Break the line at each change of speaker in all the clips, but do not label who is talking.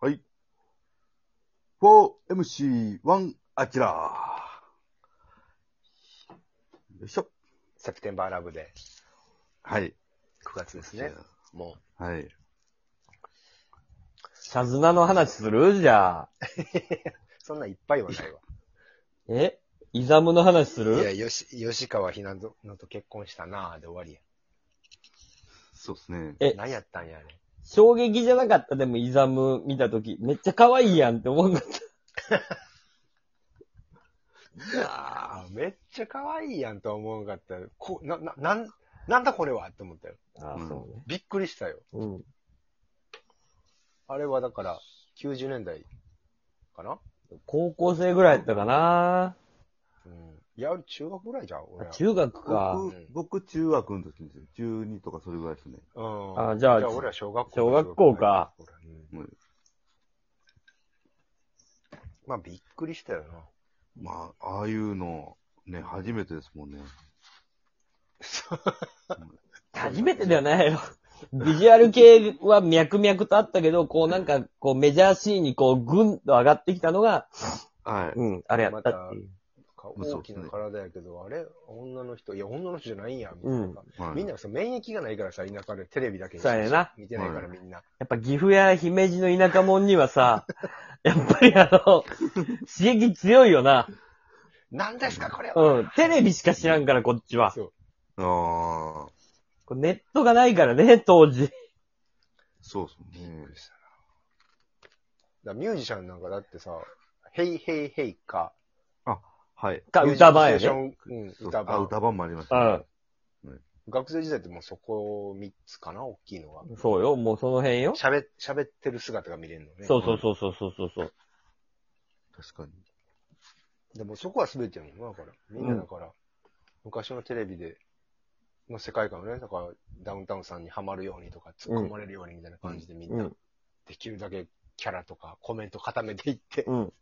はい。4MC1 アキラー。よいしょ。
セプテンバーラブで、
はい。
9月ですね。も
はい。
シャズナの話するじゃあ。
う、そんなんいっぱいはないわ。
えイザムの話す
いや、
る
よし、吉川ひなのと結婚したなぁで終わり
そうですね。
や
え
ん。何やったんやね。
衝撃じゃなかったでもイザム見たとき、めっちゃ可愛いやんって思うんだった。
あめっちゃ可愛いやんとは思わなかった。こ、な、な、なん、なんだこれはって思ったよ。
あ
うん
そうね。
びっくりしたよ。
うん。
あれはだから、90年代かな
高校生ぐらいやったかな
うん。いや、中学ぐらいじゃん、俺
あ
ら。
中学か。
僕、僕中学の時ですよ。12とかそれぐらいですね。
うん。
あじゃあ
じゃあ俺ら小学校。
小学校か。
う
うん
ん。まあ、びっくりしたよな。
まあ、ああいうの、ね、初めてですもんね。
初めてではないよ。ビジュアル系は脈々とあったけど、こうなんか、こうメジャーシーンにこうぐんと上がってきたのが、
はい。
うん、あれやったっていう。
か
まあそう
大
で
き
すね
な体やけど、あれ女の人、いや、女の人じゃないんや、みたいな。
はい、
みんなさ、免疫がないからさ、田舎でテレビだけに
そうやな
見てないからみんな。
やっぱ岐阜や姫路の田舎者にはさ、やっぱりあの、刺激強いよな。
何ですか、これは、
うん。テレビしか知らんから、こっちは。
そう。
ああ、
これネットがないからね、 当時。
そうです
びっ
ね
く。りしたな。だからミュージシャンなんかだってさ、ヘイヘイヘイか、
はい。
か、
ミュージッ
歌
ク
番
ステーシ
や
ョ
ね。
ンうん、
そう
歌
あ、
番。
歌番もありまし
う
た、
ん。
学生時代ってもうそこ3つかな、大きいのが。
そうよ、もうその辺よ。
喋、喋ってる姿が見れるのね。
そうそうそうそうそうそうそう。
確かに。
でもそこは全てやもんな、だから。みんなだから、昔のテレビで、の世界観をね、だからダウンタウンさんにはまるようにとか、突っ込まれるようにみたいな感じでみん
う
な、
ん。
できるだけキャラとかコメント固めていって、っ
うん。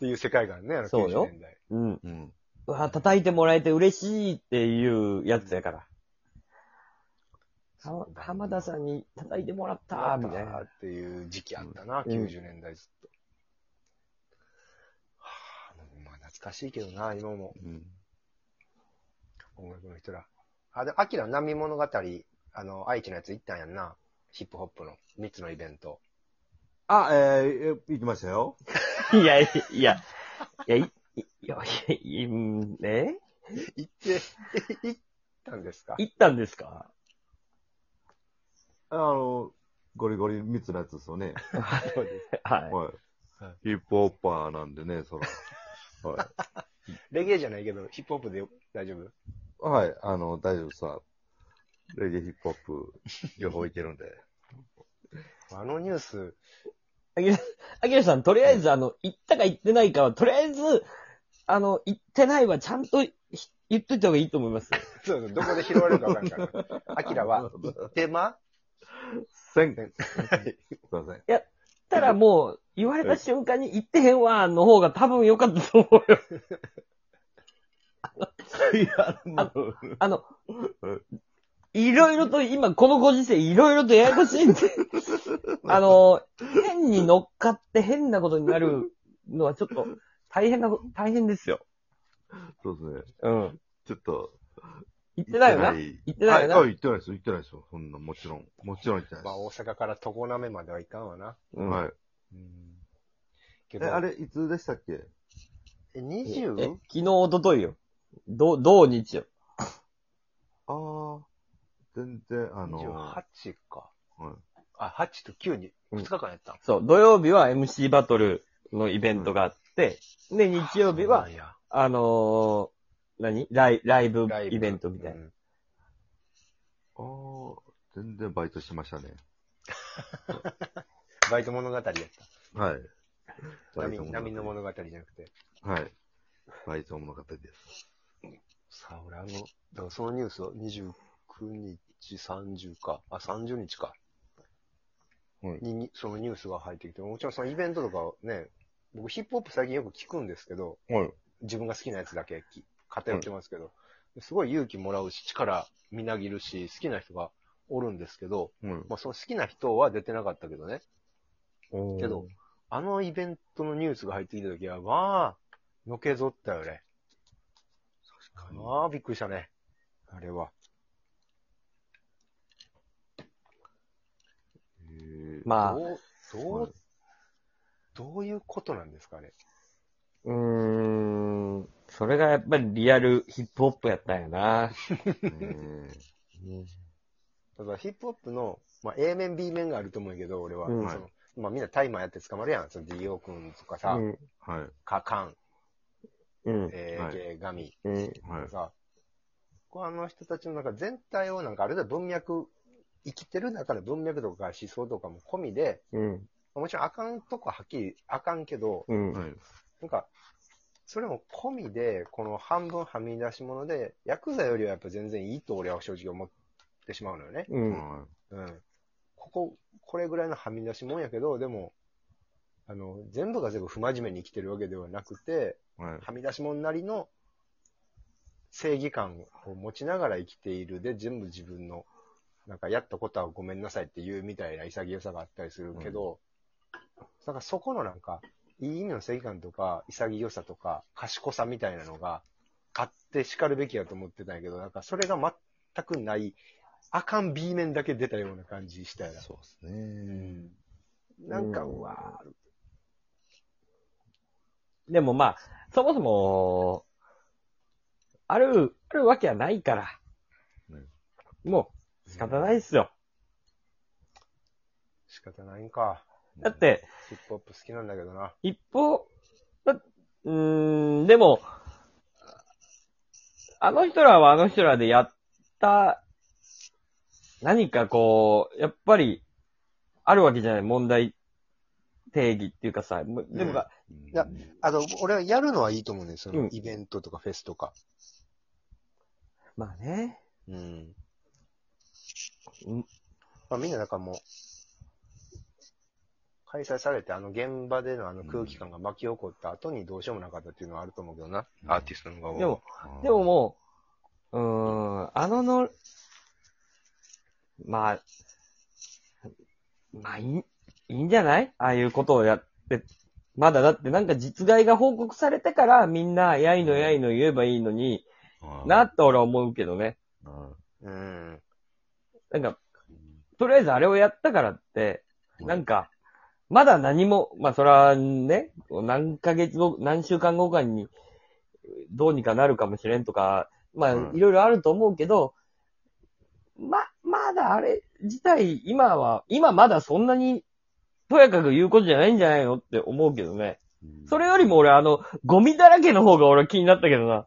ていう世界観ね、あの
そうよ
90年代。
うん。
うん。
うわ、叩いてもらえて嬉しいっていうやつやから。は浜田さんに叩いてもらったー、みたい
だ
な。
っていう時期あったな、
うん
90年代ずっと。はぁ、まあ懐かしいけどな、今も
うん。
音楽の人ら。あ、で、アキラ波物語、あの、愛知のやつ行ったんやんな。ヒップホップの3つのイベント。
あ、えー、え行きましたよ。
いや、いや、いや、いいいや、いや、うんえ
行って、行ったんですか
行ったんですか
あの、ゴリゴリ密のやつですよね。
そうです
は
は
い。
い
はい。
ヒップホッパーなんでね、そら。は
レゲエじゃないけど、ヒップホップで大丈夫
い。はい、あの、大丈夫さ。レゲエヒップホップ、両方いける んで。
あのニュース、
あきら、あきらさん、とりあえず、あの、行ったか行ってないかは、とりあえず、あの、行ってないはちゃんとひ言っといた方がいいと思います。
そうそう、どこで拾われるかわかんない から。アキラは、手間
せん。すいません。
たらもう、言われた瞬間に行ってへんわ、の方が多分良かったと思うよ。ああの、いろいろと、今、このご時世、いろいろとややこしいんで、あの、変に乗っかって変なことになるのはちょっと、大変なこ、大変ですよ。
そうですね。
うん。
ちょっと。
行ってないよな。行
行
ってないよな
はい、あ行ってないですよ。行ってないですよ。そんな、もちろん。もちろん行ってないで
まあ、大阪から常滑まではいかんわな。
す。はい。
うん。け
え、
ど、
あれ、いつでしたっけ
え、
え
20?
昨日、おとといよ。ど、同日よ。
ああ、全然、あの、は
?28 か。あ、8と9に、
うん
2日間やったん。
そう、土曜日は MC バトルのイベントがあって、で、日曜日
そうな
は
ん、や、
あのー、何ライライブ
ライブ
イベントみたいな。
うん
い。ああ、全然バイトしてましたね。
バイト物語やった。
はい。
波波の
語。
物語じゃなくて。
はい。バイト物語です。
さあ、俺あの、だからそのニュースは29日、30か、あ、30日か。
はい
にに、そのニュースが入ってきて、もちろんそのイベントとかをね、僕ヒップホップ最近よく聞くんですけど、
はい。
自分が好きなやつだけき偏ってますけど、すごい勇気もらうし、力みなぎるし、好きな人がおるんですけど、
うん。
まあその好きな人は出てなかったけどね、
うん
けど。あのイベントのニュースが入ってきた時は、まあ、のけぞったよね。
確かに。
まあ、びっくりしたね。あれは。
えー
まあ、
どう、ど
は
う
い、
どういうことなんですかね。
うーん、それがやっぱりリアルヒップホップやったんやな。
うん
だからヒップホップの、まあ、A 面、B 面があると思うんやけど、俺は。
うん
そのまあ、みんなタイマーやって捕まるやん。その DO 君とかさ、
うん、
はい。
カカン、
うん、
え
はい
ー、ガミ
うん、
はい。
さ、こうあの人たちの中全体をなんかあれだ文脈、生きてる中で文脈とか思想とかも込みで、
うん、
もちろんあかんとこはっきりあかんけど、
うん、
はい。
なんか、それも込みで、この半分はみ出し物で、ヤクザよりはやっぱ全然いいと俺は正直思ってしまうのよね。
うん、
は
うん。ここ、これぐらいのはみ出し物やけど、でも、あの、全部が全部不真面目に生きてるわけではなくて、
い。はい。
はみ出し者なりの正義感を持ちながら生きているで、全部自分の、なんかやったことはごめんなさいって言うみたいな潔さがあったりするけど、なんかそこのなんか、いい意味の正義感とか、潔さとか、賢さみたいなのがあって叱るべきやと思ってたんやけど、なんかそれが全くない、あかん B 面だけ出たような感じしたよな。
そうですね。
なんか、
うん
うわー
でもまあ、そもそも、ある、あるわけはないから。もう、仕方ないっすよ。
仕方ないんか。
だって、
ヒップホップ好きなんだけどな。
一方、だうーん、でも、あの人らはあの人らでやった、何かこう、やっぱり、あるわけじゃない問題、定義っていうかさ、むでもか、
うん、
やあの、俺はやるのはいいと思うんですよ。その
うん
イベントとかフェスとか。
まあね、
うん。
うん
まあみんなだからもう、開催されて、あの現場でのあの空気感が巻き起こった後にどうしようもなかったっていうのはあると思うけどな。
うん
アーティストの側は。
でも、
あー
でももう、うーん、あのの、まあ、まあ、いい、いいんじゃないああいうことをやって、まだだってなんか実害が報告されてからみんな、やいのやいの言えばいいのに、
あー
なって俺は思うけどね。
あ
うん。
なんか、とりあえずあれをやったからって、
ー
なんか、まだ何も、まあそれはね、何ヶ月後、何週間後かに、どうにかなるかもしれんとか、まあ
うん
いろいろあると思うけど、ま、まだあれ自体、今は、今まだそんなに、とやかく言うことじゃないんじゃないのって思うけどね。それよりも俺あの、ゴミだらけの方が俺は気になったけどな。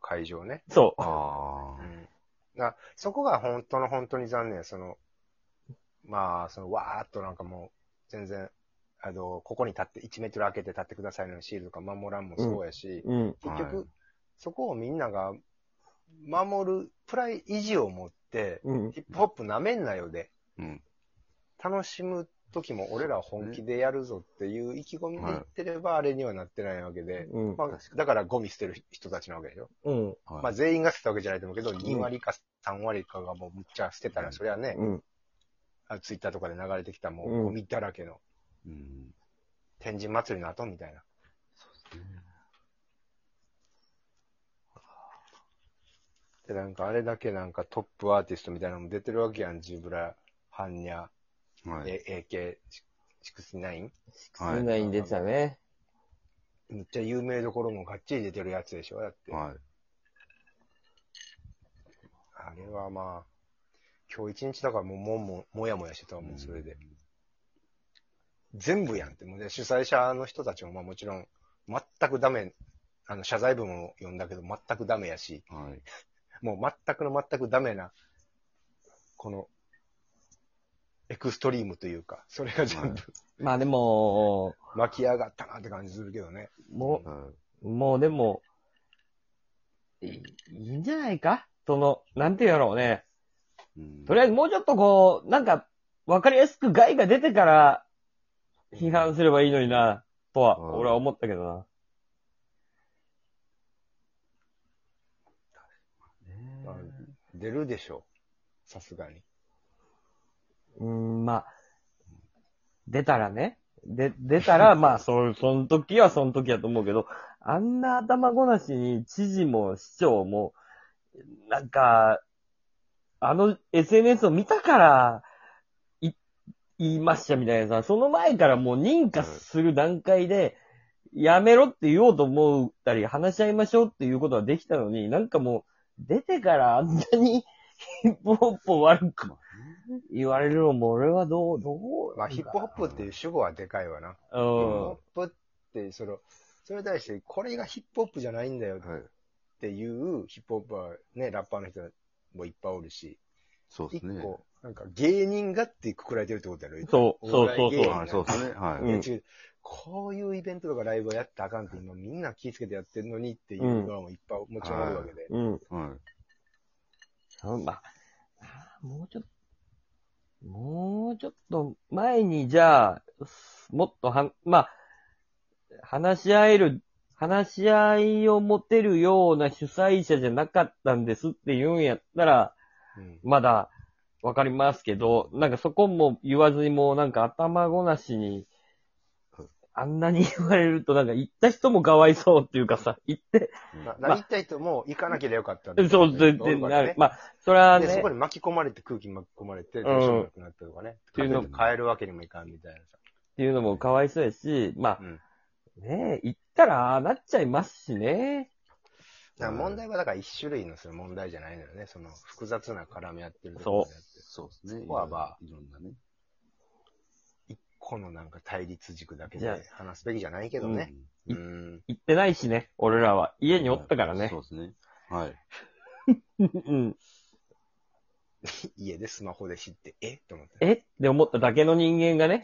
会場ね。
そ
あ
う
あ。
ん。なそこが本当の本当に残念。その、まあ、その、わーっとなんかもう、全然、あの、ここに立って、1メートル開けて立ってくださいのシールとか守らんもそうやし、
う。うん。
結局、
はい
そこをみんなが守る、プライ維持を持って、
うん。
ヒップホップ舐めんなよで、
うん。
楽しむ時も俺らは本気でやるぞっていう意気込みで言ってれば、あれにはなってないわけで、
うん。
まあ、だからゴミ捨てる人たちなわけでしょ。
うん。
はい
まあ、全員が捨てたわけじゃないと思うけど、2割か3割かがもうむっちゃ捨てたら、それはね、
うん。
あツイッターとかで流れてきたも
うん
うゴミだらけの
うん。
天神祭りの後みたいな。で、なんかあれだけなんかトップアーティストみたいなのも出てるわけやん。ジブラ、ハンニャ、
はい。
え AK69。
はい。
ないんでたね。
めっちゃ有名どころもがっちり出てるやつでしょだって。
はい。
あれはまあ、今日一日だからもうもんもん、もやもやしてたわもん、それで。全部やんって。もうね、主催者の人たちもまあもちろん、全くダメ、あの、謝罪文を読んだけど全くダメやし、
はい。
もう全くの全くダメな、この、エクストリームというか、それが全
はい
部
まあでも、
巻き上がったなって感じするけどね。
も
は
う、もうでも、いいいんじゃないかその、なんて言うやろうね。
いうん
とりあえずもうちょっとこう、なんか、わかりやすく害が出てから、批判すればいいのにな、とは、
うん
俺は思ったけどな。
まあ出るでしょう。さすがに。
うーん、まあ、出たらね、で、出たら、まあ、そ、その時はその時やと思うけど、あんな頭ごなしに知事も市長も、なんか、あの SNS を見たから、い、言いましたみたいなさ、その前からもう認可する段階で、やめろって言おうと思ったり、話し合いましょうっていうことはできたのに、なんかもう、出てからあんなに、 ヒップホップを悪く言われるのも、俺はどう、どう。
まあ、ヒップホップっていう主語はでかいわな。ヒップ
うん
ホップって、その、それに対して、これがヒップホップじゃないんだよっ
はい。
ていう、ヒップホップはね、ラッパーの人もいっぱいおるし、
そうで
一
すね。
個、なんか芸人がってくくられてるってことやろ、
そう、そうそうそう。
はい、そうですね。はい。
うん
違うこういうイベントとかライブはやったらあかんって、今みんな気ぃつけてやってるのにっていう側もいっぱいもちろんあるわけで。
うん。
はい。
うんまあ、あーもうちょっと、もうちょっと前に、じゃあ、もっとは、まあ、話し合える、話し合いを持てるような主催者じゃなかったんですって言うんやったら、
うん
まだわかりますけど、なんかそこも言わずにもうなんか頭ごなしに、あんなに言われるとなんか行った人もかわいそうっていうかさ、行って、
な
まあ
なりたい人も行かなければよかったんだ
そう、
け
そ
ど
う、で、
そう
なる
ね
まあ、それは
で、そ
ね
こ、に巻き込まれて、空気に巻き込まれて、どうしようもなくなったとかね。
ていうの
かとって変えるわけにもいかんみたいなさ。
っていうのもかわいそうやし、まあ
う、ん。だ
ねえ、行ったらああなっちゃいますしね。
から問題はだから一種類のその問題じゃないのよね。その複雑な絡み合ってるところであって。
そうですね。
ここはまあ
いろんなね。
一個のなんか対立軸だけ
じゃあ
で話すべきじゃないけどね。
う
うんん。
行ってないしね、俺らは。家におったからね
そ。うですね。はい。
うん。
家でスマホで知って、えと思って。
えって思っただけの人間がね、